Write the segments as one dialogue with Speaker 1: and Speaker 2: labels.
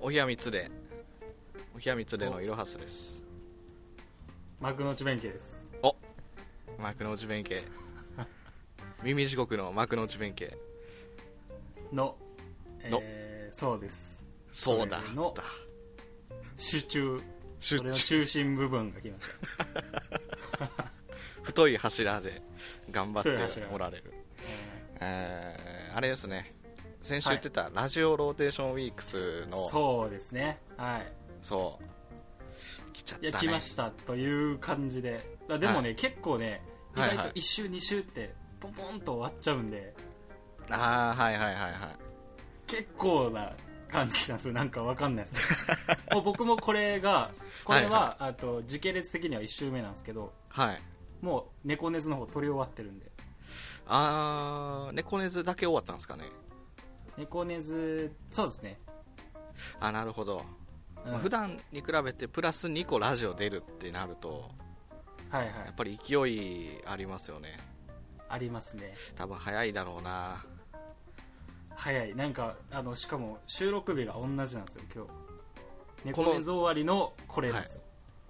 Speaker 1: おひやみつれおひやみつれのいろはすです
Speaker 2: 幕の内弁慶です
Speaker 1: 幕の内弁慶耳地獄の幕の内弁慶
Speaker 2: の
Speaker 1: の
Speaker 2: えーそうです
Speaker 1: そうだ
Speaker 2: それの
Speaker 1: だ
Speaker 2: 手中
Speaker 1: 集
Speaker 2: それの
Speaker 1: 中
Speaker 2: 中心部分が来まし
Speaker 1: 太い柱で頑張
Speaker 2: 太い
Speaker 1: って
Speaker 2: 柱
Speaker 1: おられる
Speaker 2: た、
Speaker 1: えーあれですね先週言ってたラジオローテーションウィークス
Speaker 2: えー
Speaker 1: の、
Speaker 2: そうですねはい
Speaker 1: そう来ちゃっ
Speaker 2: いや
Speaker 1: た
Speaker 2: 来
Speaker 1: ね
Speaker 2: ましたという感じであでもね、結構ね意
Speaker 1: はい
Speaker 2: 外と1周、2周ってポンポンと終わっちゃうんで
Speaker 1: ああはいはいはいはい
Speaker 2: 結構な感じなんで すよなんかわかんないですけどもう僕もこれがこれは、あと時系列的には1周目なんですけど
Speaker 1: はい
Speaker 2: もう猫根ズの方取り終わってるんで
Speaker 1: ああ猫根ズだけ終わったんですかね
Speaker 2: 猫根ズそうですね、
Speaker 1: あなるほど、
Speaker 2: うん
Speaker 1: まあ普段に比べてプラス2個ラジオ出るってなると
Speaker 2: はいは
Speaker 1: やっ
Speaker 2: い
Speaker 1: ぱり勢いありますよね
Speaker 2: ありますね
Speaker 1: 多分早いだろうな
Speaker 2: 早いなんかあのしかも収録日が同じなんですよ今日猫根ズ終わりのこれなんですよ、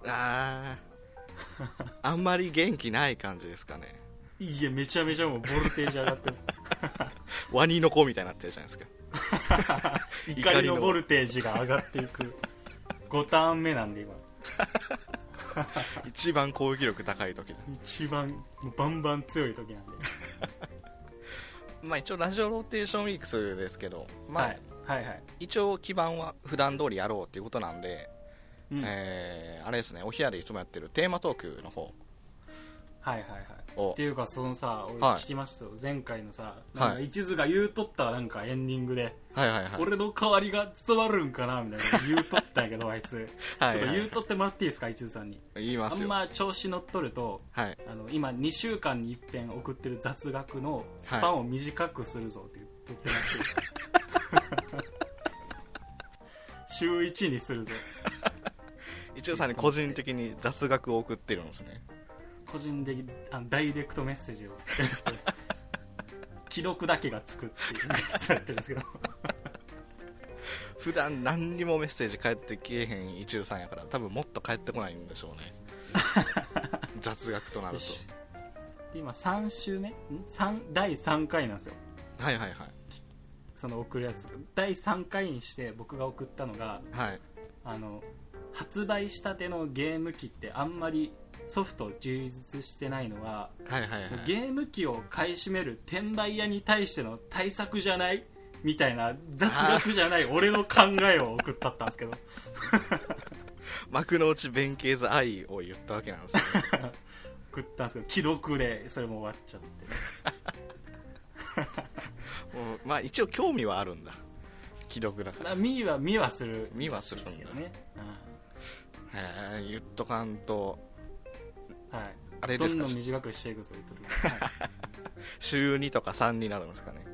Speaker 1: あーあんまり元気ない感じですかね
Speaker 2: い、やめちゃめちゃもうボルテージ上がってます
Speaker 1: ワニの子みたいになってるじゃないですか 怒
Speaker 2: 怒
Speaker 1: り
Speaker 2: り
Speaker 1: の
Speaker 2: のボルテージが上がっていく5ターン目なんで今
Speaker 1: 一番攻撃力高い時だ
Speaker 2: 一番もうバンバン強い時なんで
Speaker 1: まあ一応ラジオローテーションウィークスですけど、まあ
Speaker 2: はい、はいはい
Speaker 1: 一応基盤は普段通りやろうっていうことなんで、
Speaker 2: うんはい
Speaker 1: えーあれですねお部屋でいつもやってるテーマトークの方
Speaker 2: はいはい
Speaker 1: お
Speaker 2: っていうかそのさ俺
Speaker 1: はい
Speaker 2: 聞きましたよ、前回のさ
Speaker 1: はい
Speaker 2: なんか一途が言うとったなんかエンディングで、
Speaker 1: はいはいはい
Speaker 2: 俺の代わりが務まるんかなみたいなこと言うとったんやけどあいつ
Speaker 1: はい
Speaker 2: ちょっと
Speaker 1: はい
Speaker 2: 言うとってもらっていいですか一途さんに
Speaker 1: 言いま
Speaker 2: あ
Speaker 1: す
Speaker 2: ん
Speaker 1: よ
Speaker 2: ま調子乗っとると
Speaker 1: はい
Speaker 2: あの今2週間に一遍送ってる雑学のスパンを短くするぞって言ってもらっていいですか 週1にするぞ
Speaker 1: 一応さんに個人的に雑学を送ってるんですね
Speaker 2: 個人的あのダイレクトメッセージを既読だけがつくっていうやつやってるんですけど
Speaker 1: 普段何にもメッセージ返ってきえへん一流さんやから多分もっと返ってこないんでしょう ね雑学となると
Speaker 2: で今3週目ん三第3回なんですよ
Speaker 1: はいはいはい
Speaker 2: その送るやつ第3回にして僕が送ったのが
Speaker 1: はい
Speaker 2: あの発売したてのゲーム機ってあんまりソフト充実してないのは
Speaker 1: はいはいはい
Speaker 2: そのゲーム機を買い占める転売屋に対しての対策じゃないみたいな雑学じ ゃない俺の考えを送ったったんですけど
Speaker 1: 幕の内弁慶ズ愛を言ったわけなんですね
Speaker 2: 送ったんですけど既読でそれも終わっちゃって
Speaker 1: もうまあ一応興味はあるんだ既読だか
Speaker 2: ま
Speaker 1: ら
Speaker 2: あ見は見はする
Speaker 1: 見はするんだ
Speaker 2: ですけどね、
Speaker 1: へえ言っとかんと
Speaker 2: うんはい
Speaker 1: あれで
Speaker 2: ど
Speaker 1: す
Speaker 2: ん
Speaker 1: か
Speaker 2: どん短くしていくぞ言っとってます、はい
Speaker 1: 週2とか3になるんですかね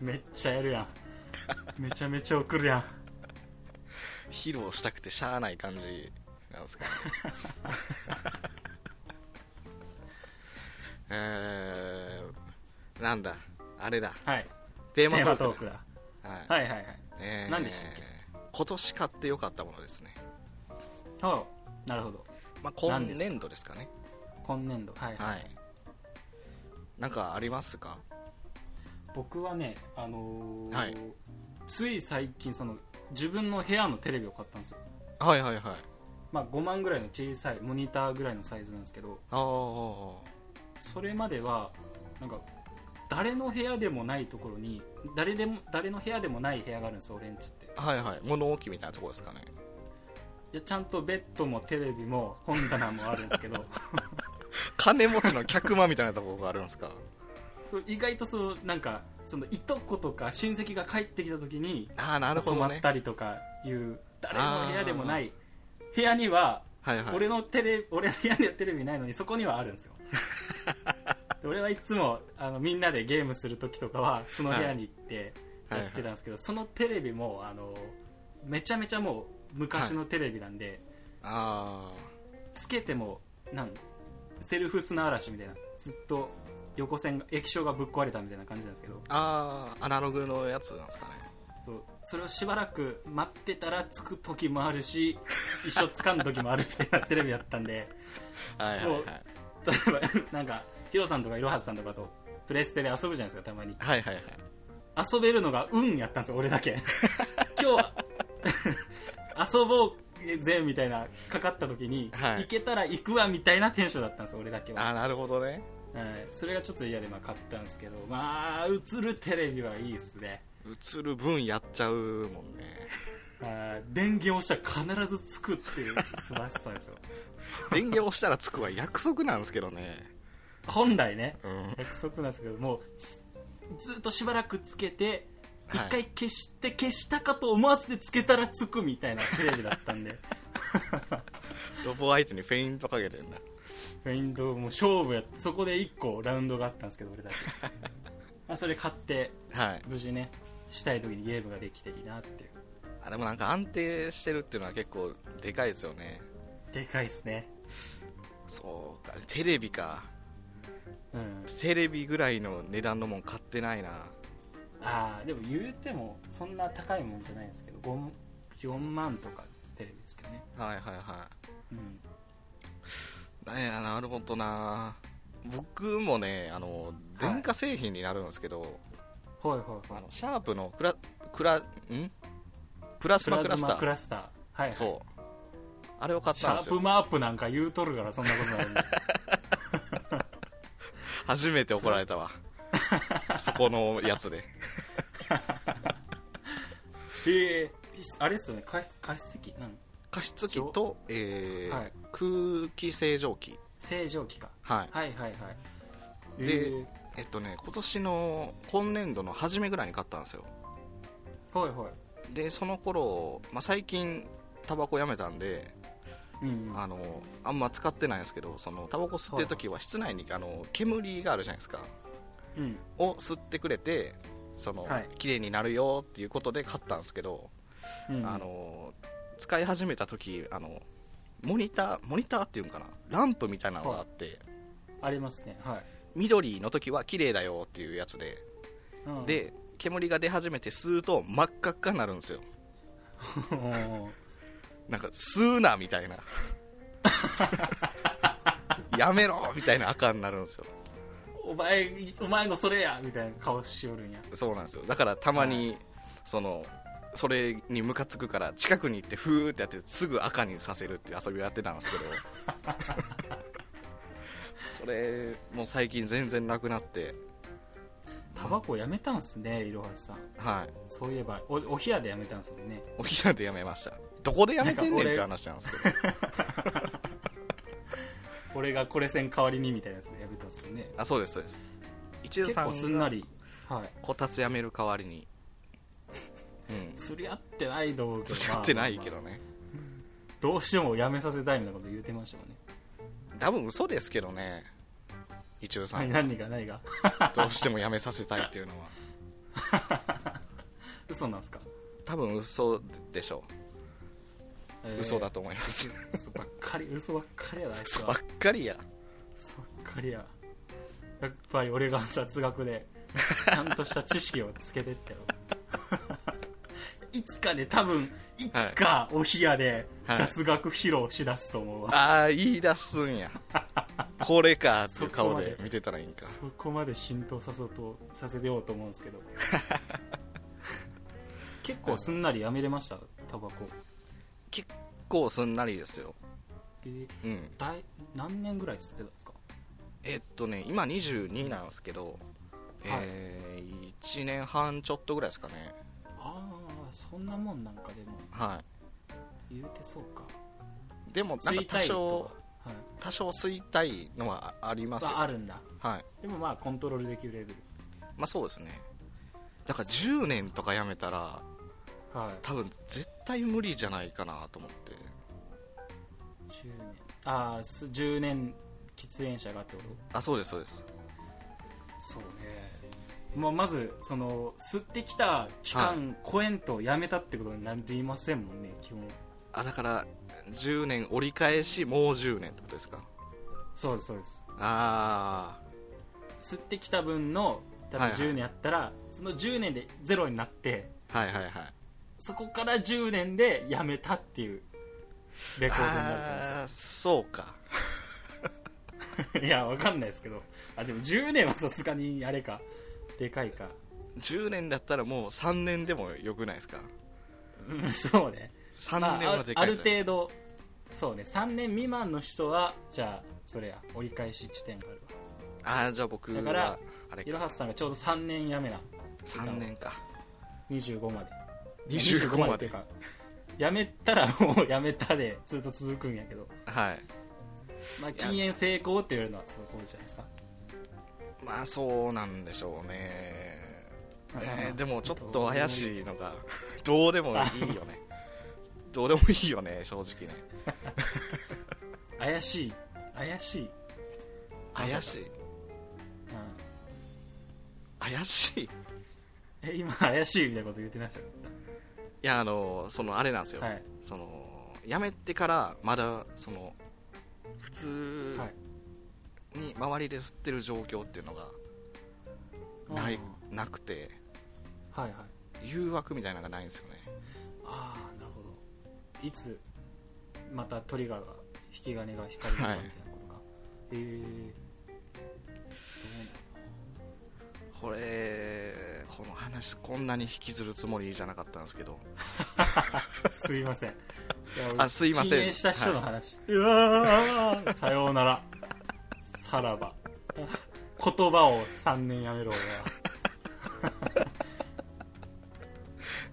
Speaker 2: めっちゃやるやんめちゃめちゃ送るやん
Speaker 1: 披露したくてしゃあない感じなんですか ねえー、なんだあれだ
Speaker 2: はい
Speaker 1: テ
Speaker 2: テ
Speaker 1: ーマ
Speaker 2: ーマ
Speaker 1: トー
Speaker 2: トー
Speaker 1: ク
Speaker 2: ク
Speaker 1: だ
Speaker 2: だ
Speaker 1: はい
Speaker 2: はいはいはい
Speaker 1: えー
Speaker 2: 何でしたっけ
Speaker 1: 今年買ってよかったものですね、
Speaker 2: あなるほど
Speaker 1: まあ、今
Speaker 2: 何ですか
Speaker 1: 年度ですかね
Speaker 2: 今年度はい、
Speaker 1: はいなんかありますか
Speaker 2: 僕はねあのー
Speaker 1: はい
Speaker 2: つい最近その自分の部屋のテレビを買ったんですよ
Speaker 1: はいはいはい
Speaker 2: まあ5万ぐらいの小さいモニターぐらいのサイズなんですけど
Speaker 1: あー
Speaker 2: それまではなんか誰の部屋でもないところに誰でも誰の部屋でもない部屋があるんですよ俺んちって
Speaker 1: はいはい物置みたいなとこですかね
Speaker 2: いやちゃんとベッドもテレビも本棚もあるんですけ ど
Speaker 1: 金持ちの客間みたいなとこがあるんです か
Speaker 2: そう意外とそのなんかそのいとことか親戚が帰ってきた時に
Speaker 1: ああなるほ
Speaker 2: 泊
Speaker 1: ど
Speaker 2: ま
Speaker 1: ね
Speaker 2: ったりとかいう誰の部屋でもない部屋には
Speaker 1: はいはい
Speaker 2: 俺のテレ俺の部屋にはテレビないのにそこにはあるん ですよで俺はいつもあのみんなでゲームする時とかはその部屋に行って
Speaker 1: はい
Speaker 2: やってたんですけど、そのテレビもあのめちゃめちゃもう昔のテレビなんで、
Speaker 1: あ
Speaker 2: つけてもなんセルフ砂嵐みたいなずっと横線が液晶がぶっ壊れたみたいな感じなんですけど
Speaker 1: ああーアナログのやつなんですかね
Speaker 2: そうそれをしばらく待ってたらつく時もある し一生つかん時もあるみたいなテレビだったんで
Speaker 1: はいはいはい
Speaker 2: もう例えば なんかヒロさんとかいろはさんとかとプレステで遊ぶじゃないですかたまに
Speaker 1: はいはいはい
Speaker 2: 遊べるのが運やったんですよ俺 だけ今日は 遊ぼうぜみたいなかかった時に、
Speaker 1: はい
Speaker 2: 行けたら行くわみたいなテンションだったんですよ俺だけは
Speaker 1: あーなるほどね
Speaker 2: はい、それがちょっと嫌でまあ買ったんですけどまあ映るテレビはいいですね
Speaker 1: 映る分やっちゃうもんね
Speaker 2: あー電源を押したら必ずつくっていう素晴らしさですよ
Speaker 1: 電源押したらつくは約束なんですけどね
Speaker 2: 本来ね
Speaker 1: うん
Speaker 2: 約束なんですけどもうつずっとしばらくつけて
Speaker 1: はい
Speaker 2: 一回消して、消したかと思わせてつけたらつくみたいなテレビだったんで
Speaker 1: ロボ相手にフェイントかけてんだ
Speaker 2: フェインドもう勝負やそこで1個ラウンドがあったんですけど俺だ けまあそれ買って
Speaker 1: はい
Speaker 2: 無事ねしたい時にゲームができていいなっていう
Speaker 1: あでもなんか安定してるっていうのは結構でかいですよね
Speaker 2: でかいですね
Speaker 1: そうかテレビか
Speaker 2: うん
Speaker 1: テレビぐらいの値段のもん買ってないな
Speaker 2: ああでも言うてもそんな高いもんじゃないんですけど 4, 4万とかテレビですけどね
Speaker 1: はいはいは
Speaker 2: うん
Speaker 1: いなんやなるほどな僕もねあの電化製品になるんですけど、
Speaker 2: はいはいは
Speaker 1: あ
Speaker 2: い
Speaker 1: のシャープのクラクラんプラスマクラスター
Speaker 2: クラスターはい、はい、
Speaker 1: そうあれを買っ
Speaker 2: シ
Speaker 1: たん
Speaker 2: ャ
Speaker 1: です
Speaker 2: ープ
Speaker 1: よ
Speaker 2: マープなんか言うとるからそんなこと ないんで
Speaker 1: 初めて怒られたわそこのやつで
Speaker 2: ええあれっすよね加湿加湿器なん
Speaker 1: 加湿器と、えー
Speaker 2: はい
Speaker 1: 空気清浄機
Speaker 2: 清浄機か
Speaker 1: はい
Speaker 2: はいはいはい
Speaker 1: で
Speaker 2: えー
Speaker 1: えっとね今年の今年度の初めぐらいに買ったんですよ
Speaker 2: はいはい
Speaker 1: でその頃、まあ、最近タバコやめたんで
Speaker 2: うんうん
Speaker 1: あのあんま使ってないんですけどそのタバコ吸ってる時は室内にあの煙があるじゃないですか
Speaker 2: うん
Speaker 1: を吸ってくれてその、
Speaker 2: はい
Speaker 1: 綺麗になるよっていうことで買ったんですけど、
Speaker 2: うん
Speaker 1: あの使い始めた時あのモニターモニターっていうんかなランプみたいなのがあって、
Speaker 2: ありますねはい
Speaker 1: 緑の時は綺麗だよっていうやつで、
Speaker 2: うん、
Speaker 1: で煙が出始めて吸うと真っ赤っかになるんですよ
Speaker 2: うん
Speaker 1: なんか吸うなみた いなやめろみたいな赤になるんですよ
Speaker 2: お前お前のそれやみたいな顔しおるんや
Speaker 1: そうなんですよだからたまに、そのそれにムカつくから近くに行ってフーってやってすぐ赤にさせるっていう遊びをやってたんですけど それもう最近全然なくなって
Speaker 2: タバコやめたんすねいろはさん
Speaker 1: はい
Speaker 2: そういえばおお部屋でやめたんですよね
Speaker 1: お昼でやめましたどこでやめてんねんって話なんですけど
Speaker 2: 俺がこれせん代わりにみたいなやつでやめたんですよね
Speaker 1: あそうですそうです一応
Speaker 2: 結
Speaker 1: さ
Speaker 2: 構す
Speaker 1: ん
Speaker 2: んな
Speaker 1: が
Speaker 2: りはい
Speaker 1: こたつやめる代わりにうん
Speaker 2: 釣り合ってないと思うけど
Speaker 1: 付き合ってないけ
Speaker 2: まあ
Speaker 1: どね
Speaker 2: まあどうしてもやめさせたいみたいなこと言うてましたよね
Speaker 1: 多分嘘ですけどね一応さ
Speaker 2: 何
Speaker 1: ん
Speaker 2: 何が何が
Speaker 1: どうしてもやめさせたいっていうのは
Speaker 2: 嘘なんすか、
Speaker 1: 多分嘘でしょ
Speaker 2: え
Speaker 1: う
Speaker 2: ー
Speaker 1: 嘘だと思います
Speaker 2: 嘘ばっかり嘘ばっかりやなあいつ
Speaker 1: 嘘ば
Speaker 2: は
Speaker 1: っかりや
Speaker 2: 嘘ばっかりややっぱり俺が雑学でちゃんとした知識をつけてったよいつかね多分いつかお部屋で雑学披露しだすと思うわ、
Speaker 1: ああ言い出すんやこれかっていう
Speaker 2: そこ
Speaker 1: 顔
Speaker 2: まで
Speaker 1: で見てたらいいんか
Speaker 2: そこまで浸透させようとさせようと思うんですけ ど結構すんなりやめれましたタバコ
Speaker 1: 結構すんなりですよ
Speaker 2: え
Speaker 1: うん
Speaker 2: だい何年ぐらい吸ってたんですか
Speaker 1: えっとね今22なんですけど、えー、1年半ちょっとぐらいですかね
Speaker 2: ああそんなもんなんかでも
Speaker 1: は
Speaker 2: 言うてそうか
Speaker 1: いでもな
Speaker 2: 吸
Speaker 1: んか
Speaker 2: い
Speaker 1: 多
Speaker 2: たい
Speaker 1: 少
Speaker 2: とか、はい
Speaker 1: 多少吸いたいのはありますよ
Speaker 2: はあるんだ
Speaker 1: はい
Speaker 2: でもまあコントロールできるレベル
Speaker 1: まあそうですねだから10年とかやめたら
Speaker 2: はい
Speaker 1: 多分絶対無理じゃないかなと思って
Speaker 2: 10年ああ10年喫煙者がってこと
Speaker 1: あそうですそうです
Speaker 2: そうね、まあ、まずその吸ってきた期間超えんとやめたってことになりませんもんね基本
Speaker 1: あだから10年折り返しもう10年ってことですか
Speaker 2: そうですそうです
Speaker 1: あ
Speaker 2: 吸ってきた分の多分
Speaker 1: はいはい
Speaker 2: 10年やったら、その10年でゼロになって
Speaker 1: はいはいはい
Speaker 2: そこから10年で辞めたっていうレコードになると思うんですよ
Speaker 1: あーそうか
Speaker 2: いや、わかんないですけど。あ、でも10年はさすがにあれか。でかいか。
Speaker 1: 10年だったらもう3年でもよくないですか
Speaker 2: うん、そうね。
Speaker 1: 3
Speaker 2: ま
Speaker 1: 年はで
Speaker 2: あ、あ
Speaker 1: かいじ
Speaker 2: る
Speaker 1: ゃない
Speaker 2: 程度、そうね。3年未満の人は、じゃあ、それや、折り返し地点があるわ。
Speaker 1: ああじゃあ僕
Speaker 2: だから
Speaker 1: はあれ
Speaker 2: いろ
Speaker 1: か
Speaker 2: はさんがちょうど3年辞めな。
Speaker 1: 3年か
Speaker 2: 25まで。
Speaker 1: 25まで
Speaker 2: っていうか、辞めたら もう辞めたで、ずっと続くんやけど。
Speaker 1: はい
Speaker 2: まあ、禁煙成功って言われるのはそういうことじゃないですか。
Speaker 1: まあそうなんでしょうね、えーでもちょっと怪しいのがどうでもいいよねどうでもいいよね正直ね
Speaker 2: 怪しい怪しい
Speaker 1: 怪し
Speaker 2: い、
Speaker 1: い
Speaker 2: うん
Speaker 1: 怪しいい
Speaker 2: え今怪しいみたいなこと言ってました
Speaker 1: やあのそのあれなんですよ、
Speaker 2: はい
Speaker 1: その辞めてからまだその普通
Speaker 2: はい
Speaker 1: に周りで吸ってる状況っていうのがない、なくて
Speaker 2: あーはいはい
Speaker 1: 誘惑みたいなのがないんですよね
Speaker 2: ああなるほどいつまたトリガーが引き金が光るのかみたいなことか、ええーど
Speaker 1: これこの話こんなに引きずるつもりじゃなかったんですけど
Speaker 2: う なすいませんいや俺
Speaker 1: あすいません
Speaker 2: 禁煙した人の話、うわーさようならさらば言葉を3年やめろ俺は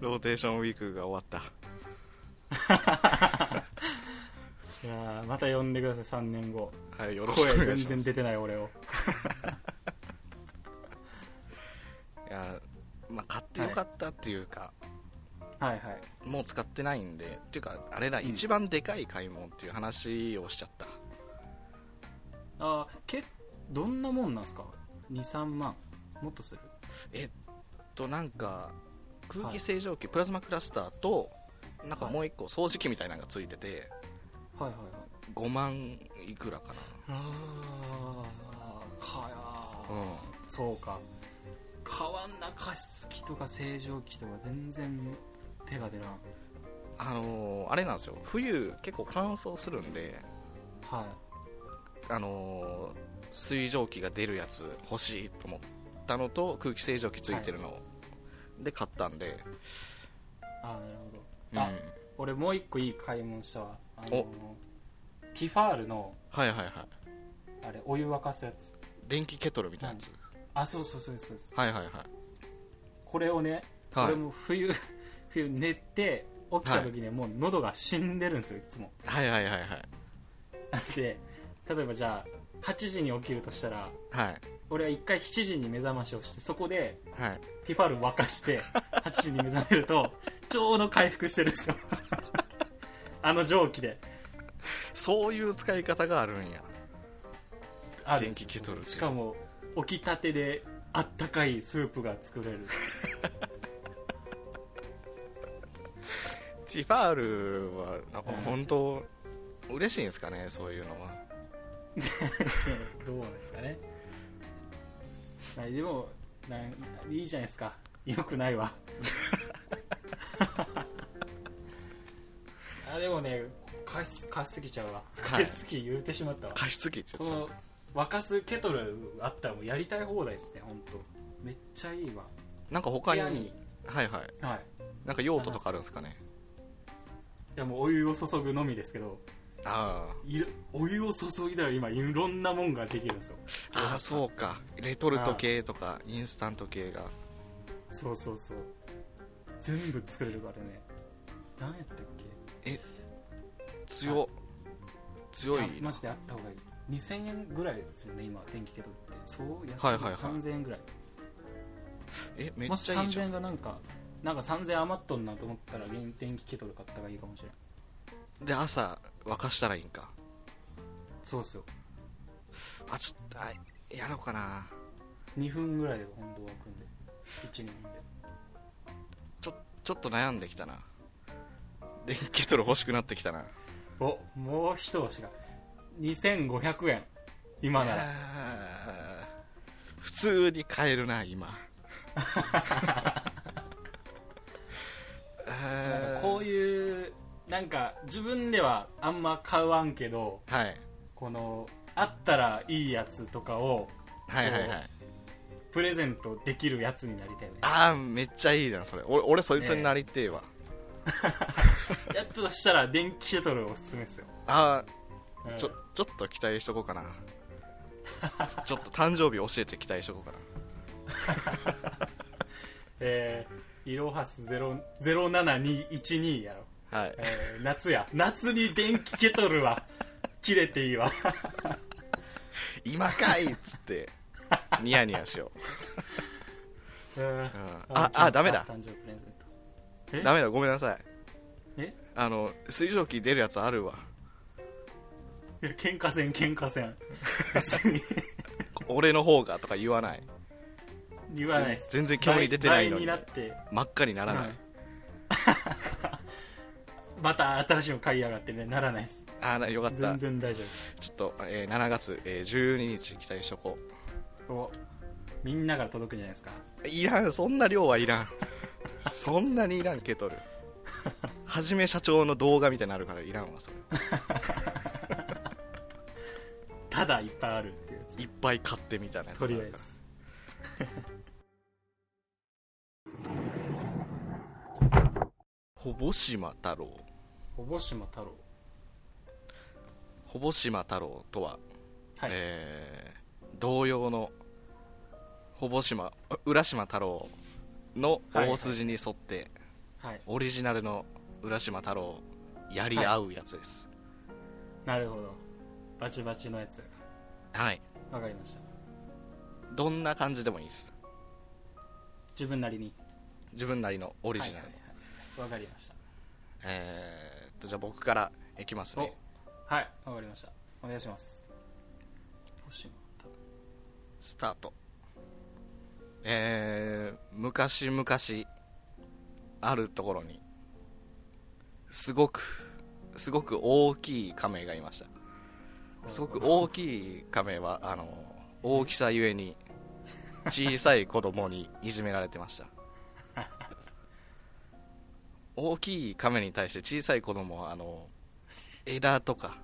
Speaker 1: ローテーションウィークが終わった
Speaker 2: いやーまた呼んでください3年後
Speaker 1: はい、よろしくお願いし
Speaker 2: 声
Speaker 1: ます。
Speaker 2: 全然出てない俺を
Speaker 1: いや、まあ、買ってよかったっていうか、
Speaker 2: はいはい
Speaker 1: もう使ってないんで、っていうか、あれだ、
Speaker 2: うん
Speaker 1: 一番でかい買い物っていう話をしちゃった。
Speaker 2: あーけどんなもんなんすか23万もっとする
Speaker 1: えっと、なんか、空気清浄機、プラズマクラスターと、なんかもう一個、掃除機みたいなのがついてて、
Speaker 2: はいはいはい
Speaker 1: 5万いくらか
Speaker 2: ああかや
Speaker 1: な。
Speaker 2: ー、
Speaker 1: うん。
Speaker 2: そうか変わんな加湿器とか清浄機とか全然手が出らん
Speaker 1: あのーあれなんですよ、冬、結構乾燥するんで、
Speaker 2: はい
Speaker 1: あのー水蒸気が出るやつ欲しいと思ったのと空気清浄機ついてるので買ったんで、
Speaker 2: あーなるほ
Speaker 1: うん
Speaker 2: どあ、俺もう一個いい買い物したわあのーティファールの
Speaker 1: はいはいはい
Speaker 2: あれお湯沸かすやつ
Speaker 1: 電気ケトルみたいなやつ、
Speaker 2: あそうそうそうですそうです
Speaker 1: はいはいはい
Speaker 2: これをね
Speaker 1: はい
Speaker 2: これも冬 冬寝て起きた時ね、もう喉が死んでるんですよいつも
Speaker 1: はいはいはいはい
Speaker 2: で例えばじゃあ8時に起きるとしたら
Speaker 1: はい
Speaker 2: 俺は1回7時に目覚ましをしてそこで
Speaker 1: はい
Speaker 2: ティファル沸か して8時に目覚めるとちょうど回復してる んですよあの蒸気で
Speaker 1: そういう使い方があるんや
Speaker 2: あるんです
Speaker 1: 電気ケトルって
Speaker 2: しかも起きたてであったかいスープが作れる
Speaker 1: ティファールはなんか
Speaker 2: うん
Speaker 1: 本当、嬉しいんですかねそういうのは
Speaker 2: どうなんですかねまあでもなんいいじゃないですかよくないわ あでもね貸し貸しすぎちゃうわ
Speaker 1: はい
Speaker 2: 貸しすぎ言うてしまったわ、
Speaker 1: 加湿器って
Speaker 2: こ
Speaker 1: 言って
Speaker 2: の沸かすケトルあったらもうやりたい放題ですね本当めっちゃいいわ
Speaker 1: たなんか他に
Speaker 2: 部屋に
Speaker 1: はいはい
Speaker 2: はい
Speaker 1: なんか用途とかあるんですかね
Speaker 2: いやもうお湯を注ぐのみですけど
Speaker 1: あ
Speaker 2: いろお湯を注いだら今いろんなもんができるんですよ
Speaker 1: ーあーそうかレトルト系とかインスタント系が
Speaker 2: そうそうそう全部作れるからね何やったっけ
Speaker 1: 強、っ強い
Speaker 2: やマジであった方がいい2000円ぐらいですよね今電気ケトルってそう安い,、
Speaker 1: はいはいはい
Speaker 2: 3000円ぐらい
Speaker 1: えめっ
Speaker 2: もし
Speaker 1: ちゃいいじ
Speaker 2: 3000
Speaker 1: ゃん
Speaker 2: 円がなんかなんか3000円余っとんなと思ったら原電気ケトル買った方がいいかもしれない
Speaker 1: で朝沸かしたらいいんか
Speaker 2: そうっすよ
Speaker 1: あちょっとあやろうかな
Speaker 2: 2分ぐらいで温度沸くんで12分で
Speaker 1: ちょちょっと悩んできたな電気ケトル欲しくなってきたな
Speaker 2: おもう一押しが2500円今なら
Speaker 1: あー 普通に買えるな今
Speaker 2: なんかこういうなんか自分ではあんま買わんけど
Speaker 1: はい
Speaker 2: このあったらいいやつとかを
Speaker 1: はいはいはい
Speaker 2: プレゼントできるやつになりたいよね
Speaker 1: ああめっちゃいいじゃんそれ俺俺そいつになりてえわ、
Speaker 2: やっとしたら電気ケトルおすすめですよ、
Speaker 1: あ
Speaker 2: うん
Speaker 1: あちょちょっと期待しとこうかなちょっと誕生日教えて期待しとこうかな
Speaker 2: えー、いろはす0 07212やろ、
Speaker 1: はい、
Speaker 2: え ー夏や夏に電気ケトルは 切れていいわ
Speaker 1: 今かいっつ ってニヤニヤしよ
Speaker 2: うん
Speaker 1: う、うんああダメだ
Speaker 2: 誕生日プレゼントえ
Speaker 1: ダメだごめんなさい
Speaker 2: え
Speaker 1: あの水蒸気出るやつあるわ
Speaker 2: いや喧嘩せん喧嘩 せん別に
Speaker 1: 俺の方がとか言わない
Speaker 2: 言わないっす
Speaker 1: 全然煙出てないのに
Speaker 2: 倍倍になって
Speaker 1: 真っ赤にならない、
Speaker 2: うん また新しいの買いやがってねならないです
Speaker 1: ああなよかった
Speaker 2: 全然大丈夫です
Speaker 1: ちょっと、えー7月、えー12日期待しとこ
Speaker 2: おみんなから届くんじゃないですか
Speaker 1: ういらんそんな量はいらん そんなにいらんケトルはじめ社長の動画みたいになるからいらんわそれ
Speaker 2: ただいっぱいあるっていうやつ
Speaker 1: いっぱい買ってみたいなやつ
Speaker 2: とりあえず
Speaker 1: ほぼ島太郎
Speaker 2: 小保島太郎
Speaker 1: ほぼ島太郎とは、
Speaker 2: はい、
Speaker 1: えー同様のほぼ島浦島太郎の大筋に沿って、
Speaker 2: はい、
Speaker 1: オリジナルの浦島太郎やり合うやつです
Speaker 2: なるほどバチバチのやつ
Speaker 1: はい、
Speaker 2: わかりました
Speaker 1: どんな感じでもいいです
Speaker 2: 自分なりに
Speaker 1: 自分なりのオリジナルの、
Speaker 2: はいはいはいわかりました
Speaker 1: えーっとじゃあ僕からいきますね
Speaker 2: おはいわかりましたお願いします小保島太郎
Speaker 1: スタートえー、昔々あるところにすごくすごく大きい亀がいましたすごく大きい亀はあの大きさゆえに小さい子供にいじめられてました大きい亀に対して小さい子供はあの枝とか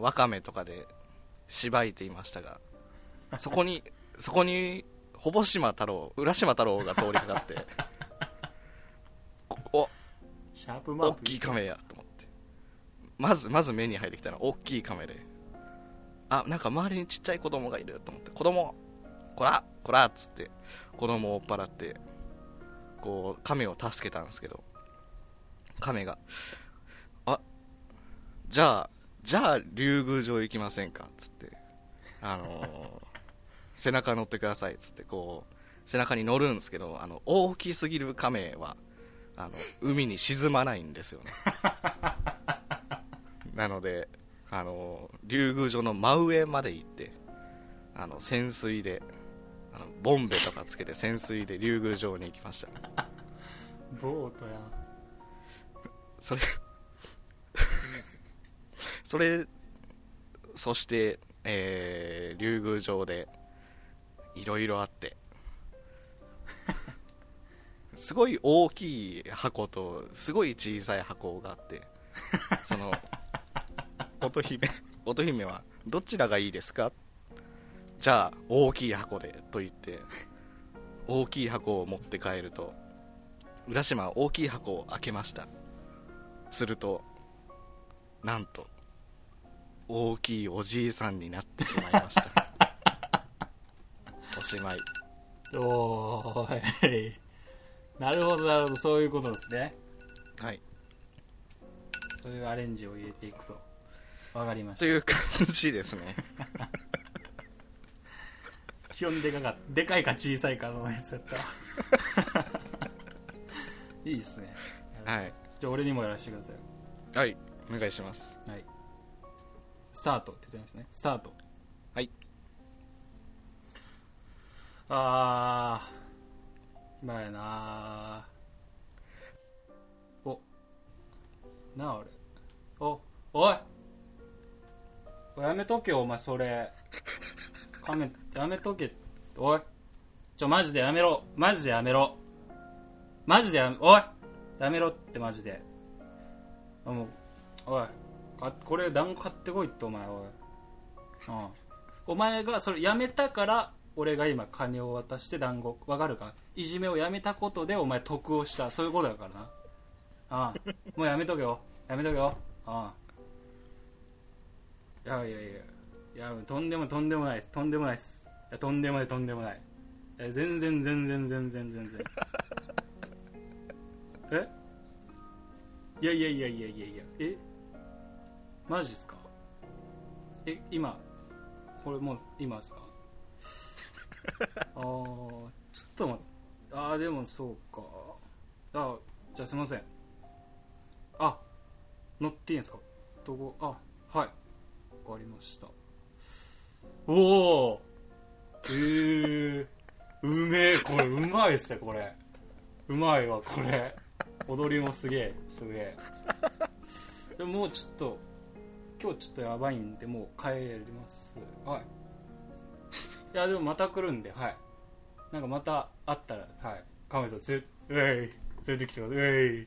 Speaker 1: わかめとかでしばいていましたがそこにそこにほぼ島太郎浦島太郎が通りかかってお
Speaker 2: シャープマー
Speaker 1: 大
Speaker 2: ク
Speaker 1: きいカメやと思ってまずまず目に入ってきたのは大きいカメであなんか周りにちっちゃい子供がいると思って子供こらこらっつって子供を追っ払ってこうカメを助けたんですけどカメがあじゃあじゃあ竜宮城行きませんかっつってあのー背中乗ってくださいっつってこう背中に乗るんですけどあの大きすぎるカメはあの海に沈まないんですよねなのであの竜宮城の真上まで行ってあの潜水であのボンベとかつけて潜水で竜宮城に行きました
Speaker 2: ボートやん
Speaker 1: それそれそして、えー竜宮城でいろいろあってすごい大きい箱とすごい小さい箱があってその乙姫乙姫はどちらがいいですかじゃあ大きい箱でと言って大きい箱を持って帰ると浦島は大きい箱を開けましたするとなんと大きいおじいさんになってしまいま したおしまい
Speaker 2: おーいなるほどなるほどそういうことですね
Speaker 1: はい
Speaker 2: そういうアレンジを入れていくとわかりまし
Speaker 1: と
Speaker 2: た
Speaker 1: いう感じですね
Speaker 2: 基本でかかでかいか小さいかのやつやったわ いいっすね
Speaker 1: はい
Speaker 2: じゃあ俺にもやらせてください
Speaker 1: はいお願いします
Speaker 2: はいスタートって言ってますねスタート
Speaker 1: はい
Speaker 2: あー今やなおなあ俺おおいおやめとけよお前それカメやめとけおいちょマジでやめろマジでやめろマジでやめおいやめろってマジであもうおいかこれ団子買ってこいってお前おい、うん、お前がそれやめたから俺が今金を渡して団子わかるかいじめをやめたことでお前得をしたそういうことだからなああもうやめとけよやめとけよああいやいやいやいやとんでもとんでもないですとんでもないですいやとんでもないとんでもないえ全然全然全然全然えいやいやいやいやいやいやえマジですかえ今これもう今ですかああちょっと待ってああでもそうかあじゃあすいませんあ乗っていいんですかどこあはいわかりましたおおへえうめえこれうまいっすねこれうまいわこれ踊りもすげえすげえでももうちょっと今日ちょっとやばいんでもう帰りますはいいやでもまた来るんではいなんかまた会ったらはい亀さんつうえい連れてきてくださいえいで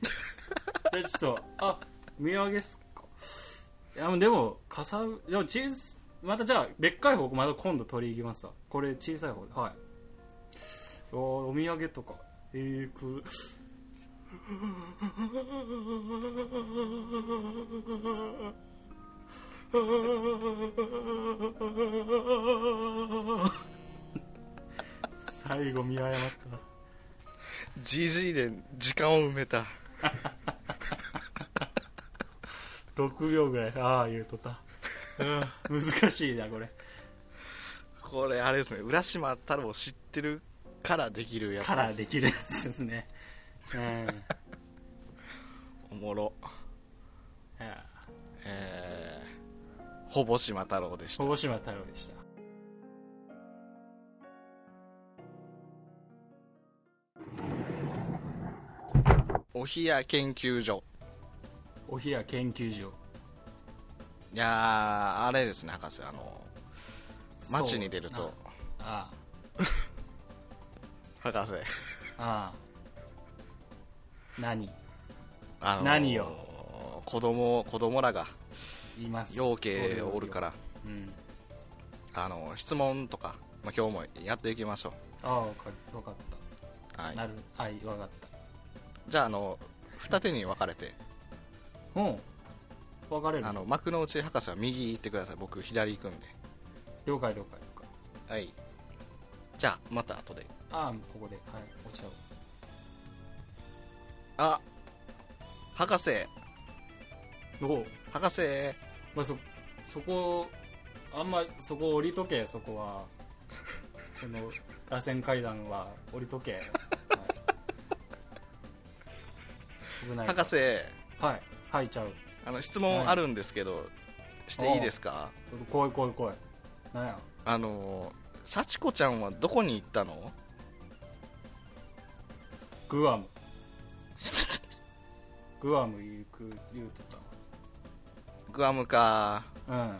Speaker 2: ちょっとあ見上げっすかいやでもかさぶでもチーズまたじゃあでっかい方また今度取り行きますわこれ小さい方ではいおお土産とかえー、く る 最後見誤ったな
Speaker 1: じじいで時間を埋めた
Speaker 2: 6秒ぐらいああ言うとったうん難しいなこれ
Speaker 1: これあれですね浦島太郎知ってるからできるやつ
Speaker 2: カ
Speaker 1: で
Speaker 2: ラー
Speaker 1: す
Speaker 2: できるやつですねうん
Speaker 1: おもろ
Speaker 2: ああ
Speaker 1: えー、ほぼ島太郎でした
Speaker 2: 鹿児島太郎でした
Speaker 1: お冷や研究所
Speaker 2: お冷や研究所
Speaker 1: いやーあれですね博士あの街に出る
Speaker 2: そう
Speaker 1: と
Speaker 2: あ
Speaker 1: 博士
Speaker 2: あああ何
Speaker 1: あのー
Speaker 2: 何よ
Speaker 1: 子供子供らが
Speaker 2: 言います
Speaker 1: 養鶏おるから
Speaker 2: うん
Speaker 1: あのー質問とか、まあ、今日もやっていきましょ
Speaker 2: ああわかるわかった
Speaker 1: う、はい、
Speaker 2: なるはい分かった
Speaker 1: じゃああの二手に分かれて
Speaker 2: うん分かれる
Speaker 1: あの幕の内博士は右行ってください僕左行くんで
Speaker 2: 了解了解了解
Speaker 1: はいじゃあまた後で
Speaker 2: ああここではいお茶を
Speaker 1: あ博士
Speaker 2: おう
Speaker 1: 博士
Speaker 2: まあ、そそこあんまそこ降りとけそこは その螺旋階段は降りと け、はい危ないから
Speaker 1: 博士
Speaker 2: はいはいちゃう
Speaker 1: あの質問あるんですけど、していいですか
Speaker 2: 怖い怖い怖いなんや
Speaker 1: あのー幸子ちゃんはどこに行ったの
Speaker 2: グア ムグアム行く言うとっ
Speaker 1: グアムか
Speaker 2: たわうん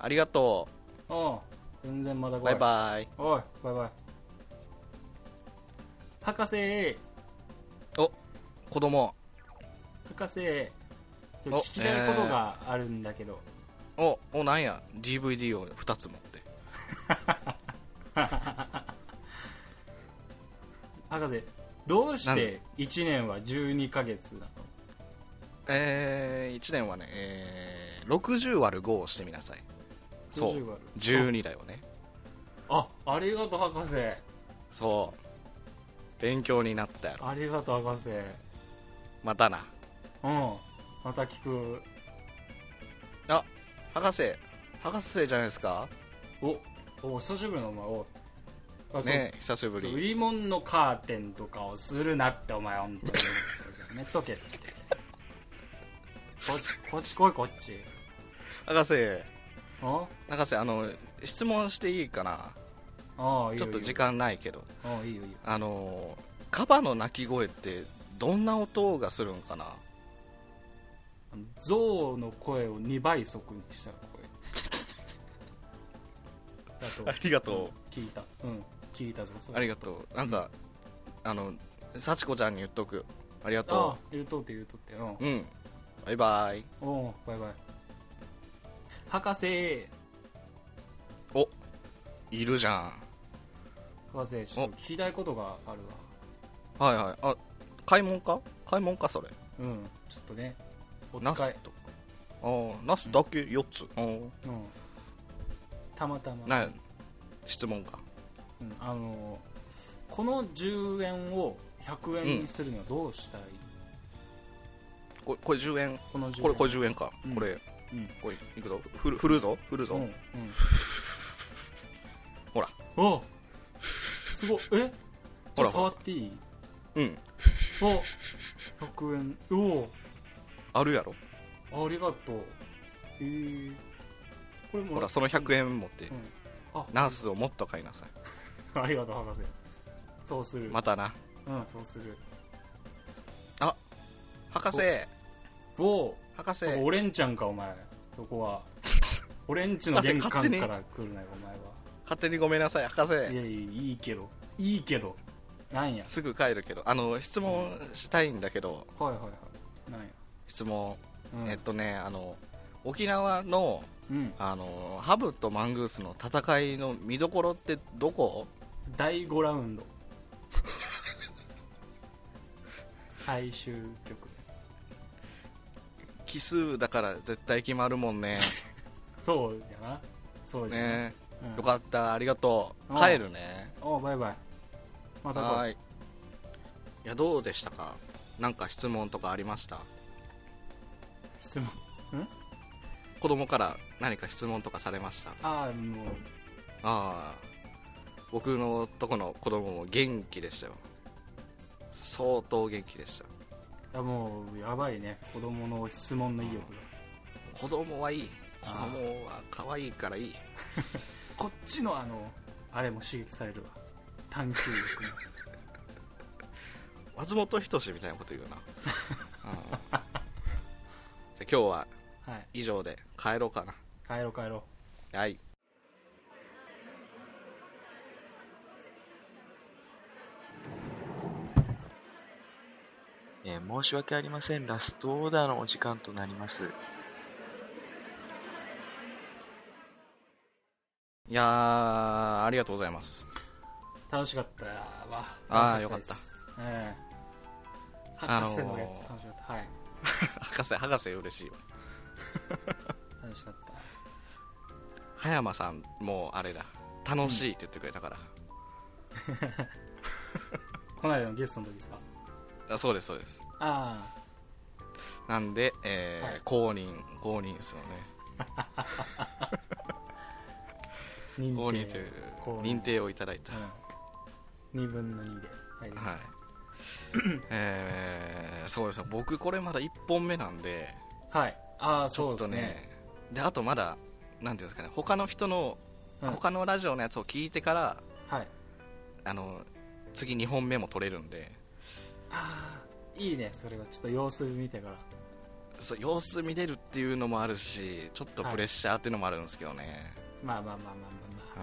Speaker 1: ありがと
Speaker 2: おう全然まだ
Speaker 1: う
Speaker 2: 怖
Speaker 1: バ
Speaker 2: い
Speaker 1: イバイ
Speaker 2: おいバイバイ博士
Speaker 1: お子供
Speaker 2: 博士ちょ
Speaker 1: お
Speaker 2: 聞きたいことがあるんだけど、
Speaker 1: おおなんや DVD を2つ持って
Speaker 2: 博士どうし
Speaker 1: なん
Speaker 2: て
Speaker 1: で
Speaker 2: 1年は12ヶ月なの
Speaker 1: えー、1年はね、えー、60割る5をしてみなさいそう
Speaker 2: 50割る
Speaker 1: 12だよね
Speaker 2: あありがとう博士
Speaker 1: そう勉強になったやろ
Speaker 2: ありがとう博士
Speaker 1: またな
Speaker 2: うんまた聞く
Speaker 1: あ博士博士じゃないですか
Speaker 2: おお久しぶりのお前おあそう
Speaker 1: ね久しぶ
Speaker 2: そう
Speaker 1: り
Speaker 2: 売り物のカーテンとかをするなってお前本当にそれやめ とけってこっちこっち来いこっち
Speaker 1: 博士
Speaker 2: あ
Speaker 1: 博士あの質問していいかな
Speaker 2: ああいい
Speaker 1: ち
Speaker 2: よ
Speaker 1: ょっと時
Speaker 2: 間
Speaker 1: 間ないけど
Speaker 2: ああいいよいいよ
Speaker 1: あのカバの鳴き声ってどんな音がするんかな
Speaker 2: あの象の声を2倍速にした声だと
Speaker 1: ありがと
Speaker 2: 聞いたうん聞いたぞそれ
Speaker 1: ありがとうなんかあの幸子ちゃんに言っとくありが
Speaker 2: あ
Speaker 1: と
Speaker 2: あ言うとって言うとってうん
Speaker 1: ううんバイバイ
Speaker 2: おうバイバイ博士
Speaker 1: おいるじゃ
Speaker 2: 博士ちょっと聞きたいことがあるわ
Speaker 1: んはいはいあ買い物か買い物かそれ
Speaker 2: うんちょっとねお
Speaker 1: ナ
Speaker 2: 使
Speaker 1: ス
Speaker 2: い、
Speaker 1: とかあーナスだけ4つうん
Speaker 2: うん、たまたま、
Speaker 1: な質問か
Speaker 2: うん、あのこの10円を100円にするにはどうしたい、
Speaker 1: これこれ10円
Speaker 2: この10円
Speaker 1: これこれ10円か、
Speaker 2: うん
Speaker 1: これ
Speaker 2: うん
Speaker 1: これいくぞ振る振るぞ振るぞ、
Speaker 2: うんうん
Speaker 1: ほら
Speaker 2: おすごいえ
Speaker 1: ほ
Speaker 2: ちょっと
Speaker 1: ら
Speaker 2: 触っていい
Speaker 1: うん
Speaker 2: お100円お
Speaker 1: あるやろ
Speaker 2: おありがとうえー、これも
Speaker 1: ほらその100円持って
Speaker 2: うんあ
Speaker 1: ナスをもっと買いなさい
Speaker 2: ありがとう博士そうする、
Speaker 1: またな
Speaker 2: うんそうする
Speaker 1: 博士
Speaker 2: おお
Speaker 1: 博士
Speaker 2: オレンちゃんかお前そ こはオレンちの玄関から
Speaker 1: 博士勝手に
Speaker 2: 来るなよお前は
Speaker 1: 勝手にごめんなさい博
Speaker 2: い
Speaker 1: 士
Speaker 2: やいやいいけどいいけどなんや
Speaker 1: すぐ帰るけどあの質問したいんだけど
Speaker 2: はいはいはいなんや
Speaker 1: 質問、
Speaker 2: うん、
Speaker 1: えっとねあの沖縄の
Speaker 2: うん、
Speaker 1: あのハブとマングースの戦いの見どころってどこ
Speaker 2: 第5ラウンド最終局
Speaker 1: 奇数だから絶対決まるもんね
Speaker 2: そうやなそうじゃ
Speaker 1: ね
Speaker 2: うん
Speaker 1: よかったありがとう
Speaker 2: ああ
Speaker 1: 帰るね
Speaker 2: おうバイバイまた
Speaker 1: はー
Speaker 2: 来い
Speaker 1: いいやどうでしたかなんか質問とかありました
Speaker 2: 質問
Speaker 1: 子供から何か質問とかされました
Speaker 2: ああもう
Speaker 1: ああ僕のとこの子供も元気でしたよ相当元気でした
Speaker 2: あもうやばいね子供の質問の意欲が
Speaker 1: 子供はいい子
Speaker 2: ああ
Speaker 1: 供は可愛いからいい
Speaker 2: こっちのあのあれも刺激されるわ探求力も
Speaker 1: 松本人志みたいなこと言 うな、うんじゃあ今日は
Speaker 2: はい
Speaker 1: 以上で帰ろうか
Speaker 2: 帰ろう帰ろう
Speaker 1: なはい
Speaker 3: えー申し訳ありません。ラストオーダーのお時間となります。
Speaker 1: いやーありがとうございます
Speaker 2: 楽しかったわ
Speaker 1: あー
Speaker 2: ですええ
Speaker 1: あのー
Speaker 2: 博士のやつ楽しかったはい
Speaker 1: 博士博士嬉しいよ
Speaker 2: 楽しかっ
Speaker 1: 葉
Speaker 2: た
Speaker 1: 山さんもあれだ楽しいって言ってくれたから、
Speaker 2: この間のゲストの時ですか
Speaker 1: あそうですそうです
Speaker 2: ああ
Speaker 1: なんで、えー
Speaker 2: はい
Speaker 1: 公認公認ですよね
Speaker 2: 認
Speaker 1: 公認という
Speaker 2: 公認
Speaker 1: 認定をいただいた、
Speaker 2: うん、2分の2で入りまし
Speaker 1: えーそうですね僕これまだ1本目なんで
Speaker 2: たはい、ああ
Speaker 1: ち
Speaker 2: そ
Speaker 1: ょ
Speaker 2: う
Speaker 1: っ
Speaker 2: です
Speaker 1: とね
Speaker 2: ね
Speaker 1: であとまだなんていうんですかね他の人の、
Speaker 2: うん
Speaker 1: 他のラジオのやつを聞いてから
Speaker 2: はい
Speaker 1: あの次2本目も取れるんで
Speaker 2: ああいいねそれはちょっと様子見てから
Speaker 1: そう様子見れるっていうのもあるしちょっとプレッシャーっていうのもあるんですけどね、
Speaker 2: まあまあまあまあまあ、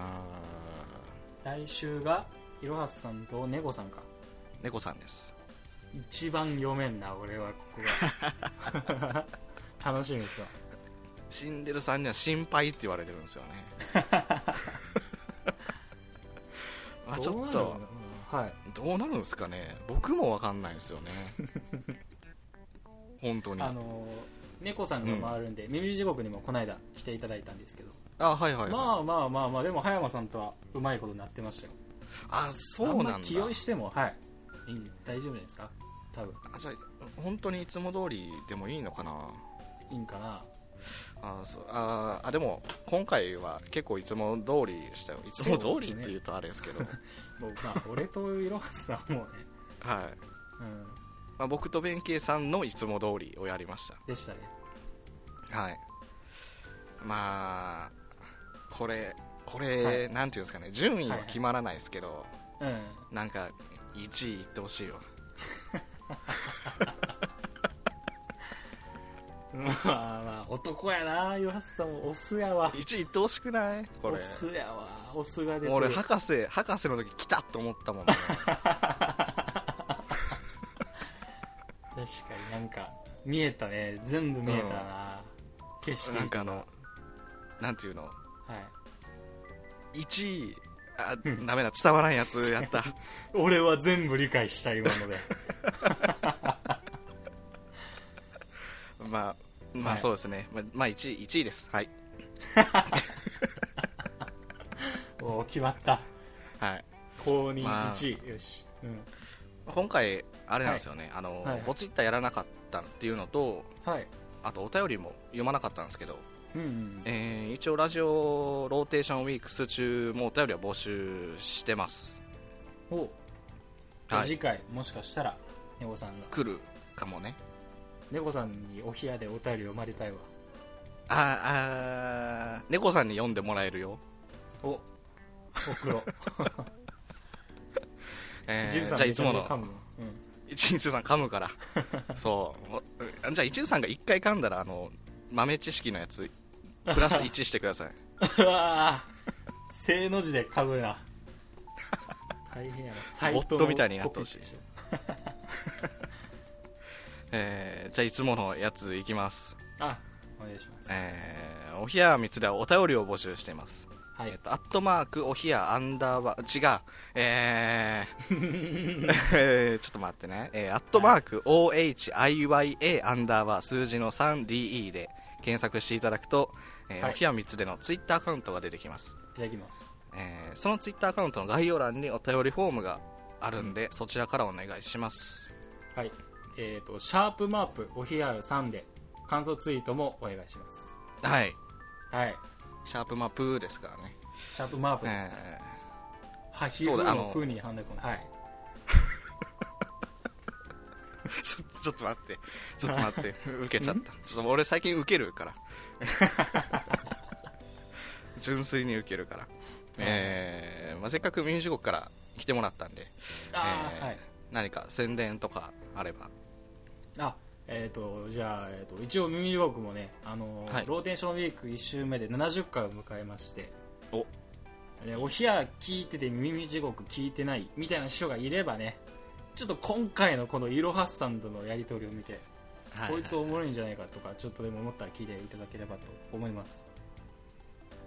Speaker 1: あ
Speaker 2: まあ、来週がいろはすさんとねこさんか
Speaker 1: ー猫さんです
Speaker 2: 一番読めんな俺はここが楽しみですわ
Speaker 1: 死んでるさんには心配って言われてるんです よね まあちょっ
Speaker 2: どうな
Speaker 1: と
Speaker 2: るのうんはい
Speaker 1: どうなるんですかね僕もわかんないです よね本当に
Speaker 2: あ
Speaker 1: あ
Speaker 2: の猫さんが回るんで、耳地獄にもこの間来ていただいたんですけど、
Speaker 1: はいはい、はい
Speaker 2: まあまあまあまあでも葉山さんとはうまいことになってましたよ
Speaker 1: あそう
Speaker 2: あ
Speaker 1: なん
Speaker 2: ま
Speaker 1: だ
Speaker 2: 気負いしてもはいいい大丈夫じゃないですか多分
Speaker 1: あじゃあ本当にいつも通りでもいいのかない
Speaker 2: いんかな
Speaker 1: あそうああでも今回は結構いつも通りでしたよいつも通りって言うとあれですけど
Speaker 2: もうまあ俺といろはさんもね、
Speaker 1: はい、
Speaker 2: うん、
Speaker 1: まあ、僕と弁慶さんのいつも通りをやりまし
Speaker 2: でしたね
Speaker 1: たはいまあこれこれ、
Speaker 2: はい
Speaker 1: なんていうんですかね順位は決まらないですけど、
Speaker 2: うん
Speaker 1: なんか1位いってほしいよ
Speaker 2: まあまあ男やないろはさんもオスやわ
Speaker 1: 1位いってほしくないこれ
Speaker 2: オスやわオスが出て
Speaker 1: もう
Speaker 2: る
Speaker 1: 俺博士博士の時来たと思ったもんね
Speaker 2: 確かになんか見えたね全部見えたな、景色
Speaker 1: なんかあのなんていうの
Speaker 2: はい、
Speaker 1: 1位あ
Speaker 2: うん
Speaker 1: ダメだ伝わらんやつやった
Speaker 2: 俺は全部理解した今 ので
Speaker 1: まあま
Speaker 2: は
Speaker 1: あ
Speaker 2: い
Speaker 1: そうですね、まあまあ1位1位ですはい
Speaker 2: おー決まった
Speaker 1: はい
Speaker 2: 公認
Speaker 1: まあ
Speaker 2: 1位、よし、うん、
Speaker 1: 今回あれなんですよね、あの、
Speaker 2: はい
Speaker 1: ボツイッターやらなかったっていうのと
Speaker 2: はい
Speaker 1: あとお便りも読まなかったんですけど、
Speaker 2: うんうん
Speaker 1: えー一応ラジオローテーションウィークス中もお便りは募集してます
Speaker 2: おじゃあ
Speaker 1: はい
Speaker 2: 次回もしかしたら猫さんが
Speaker 1: 来るかもね
Speaker 2: 猫さんにお部屋でお便り読まれたい わ
Speaker 1: あーあー猫さんに読んでもらえるよ、
Speaker 2: お送ろう
Speaker 1: えー
Speaker 2: じ
Speaker 1: じ
Speaker 2: んさん
Speaker 1: ゃあいつも
Speaker 2: め
Speaker 1: の
Speaker 2: ちゃめちゃ噛むわうん
Speaker 1: 一日さん噛む からそうもうじゃあ一日さんが一回噛んだらあの豆知識のやつプラス1してください
Speaker 2: うわー正の字で数 えな大変やなサイト
Speaker 1: ボット
Speaker 2: の
Speaker 1: みたいになってほしい
Speaker 2: コピーでょ
Speaker 1: えーじゃあいつものやついきます
Speaker 2: あお願いします、
Speaker 1: えーおひやみつではお便りを募集しています
Speaker 2: は
Speaker 1: えっ
Speaker 2: い
Speaker 1: と、アットマークおひやアンダーバー違うえ ーえーちょっと待ってね、えーアットマーク OHIYA アンダーバー数字の 3DE で検索していただくと、えー
Speaker 2: はい
Speaker 1: おひやみつでのツイッターアカウントが出てきます、
Speaker 2: いただきます
Speaker 1: えーそのツイッターアカウントの概要欄にお便りフォームがあるんでそちらからお願いします
Speaker 2: はいえっ、とシャープマープおひやさんで感想ツイートもお願いします
Speaker 1: はい
Speaker 2: はい
Speaker 1: シャープマップですからね
Speaker 2: シャープマープですね、
Speaker 1: え
Speaker 2: はひ
Speaker 1: そうだ
Speaker 2: ふう
Speaker 1: あ
Speaker 2: の
Speaker 1: の
Speaker 2: ふうにはんだこのはい
Speaker 1: ーちょ ちょっと待ってちょっと 待って受けちゃったちょっと俺最近受けるから純粋に受けるから、えーまあ、せっかく民主国から来てもらったんで、
Speaker 2: あー、
Speaker 1: えー
Speaker 2: はい
Speaker 1: 何か宣伝とかあれば
Speaker 2: あえっ、とじゃあ、えー、と一応耳地獄もね、あのー
Speaker 1: はい
Speaker 2: ローテーションウィーク1週目で70回を迎えまして
Speaker 1: お
Speaker 2: でお冷や聞いてて耳地獄聞いてないみたいな人がいればねちょっと今回のこのいろはさんとのやり取りを見て、
Speaker 1: は
Speaker 2: こいつおもろいんじゃないかとかちょっとでも思ったら聞いていただければと思います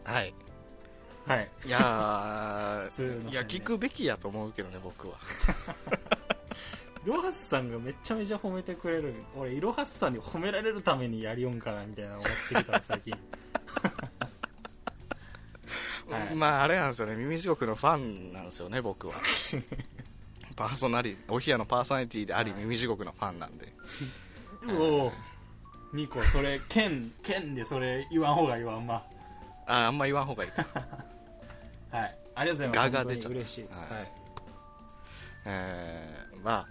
Speaker 1: はい
Speaker 2: はい
Speaker 1: いや
Speaker 2: 普通の宣
Speaker 1: ー
Speaker 2: 伝
Speaker 1: いや聞くべきやと思うけどね僕はい
Speaker 2: ろはさんがめちゃめちゃ褒めてくれる俺いろはさんに褒められるためにやりよんかなみたいな思ってきたの最近はい
Speaker 1: まああれなんですよね耳地獄のファンなんですよね 僕はパーソナリおひやのパーソナリティであり、
Speaker 2: はい
Speaker 1: 耳地獄のファンなんで
Speaker 2: うおニコそれ剣剣でそれ言わん方がいいわあんま
Speaker 1: ああんま言わん方がいいか、
Speaker 2: はいありがとうございます
Speaker 1: ガガ
Speaker 2: 本当
Speaker 1: 出
Speaker 2: に
Speaker 1: ちゃった
Speaker 2: 嬉しいです
Speaker 1: はい
Speaker 2: はい
Speaker 1: えーまあ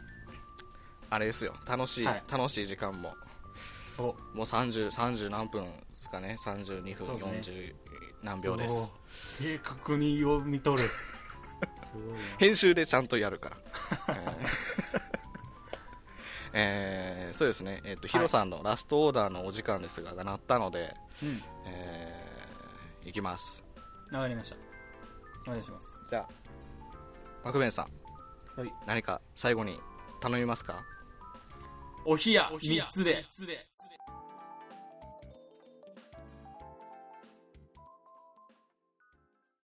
Speaker 1: あれですよ楽しい、
Speaker 2: はい
Speaker 1: 楽しい時間も
Speaker 2: お
Speaker 1: もう3030何分ですかね32分
Speaker 2: そうですね
Speaker 1: 40何秒です
Speaker 2: おー正確に読み 取るすごいな
Speaker 1: 編集でちゃんとやるから えーそうですね、えっとヒロさんのラストオーダーのお時間ですがが鳴ったので、
Speaker 2: うん
Speaker 1: えーいきます
Speaker 2: わかりましたお願いします
Speaker 1: じゃあパクベンさん
Speaker 2: はい
Speaker 1: 何か最後に頼みますか
Speaker 2: おひや3つで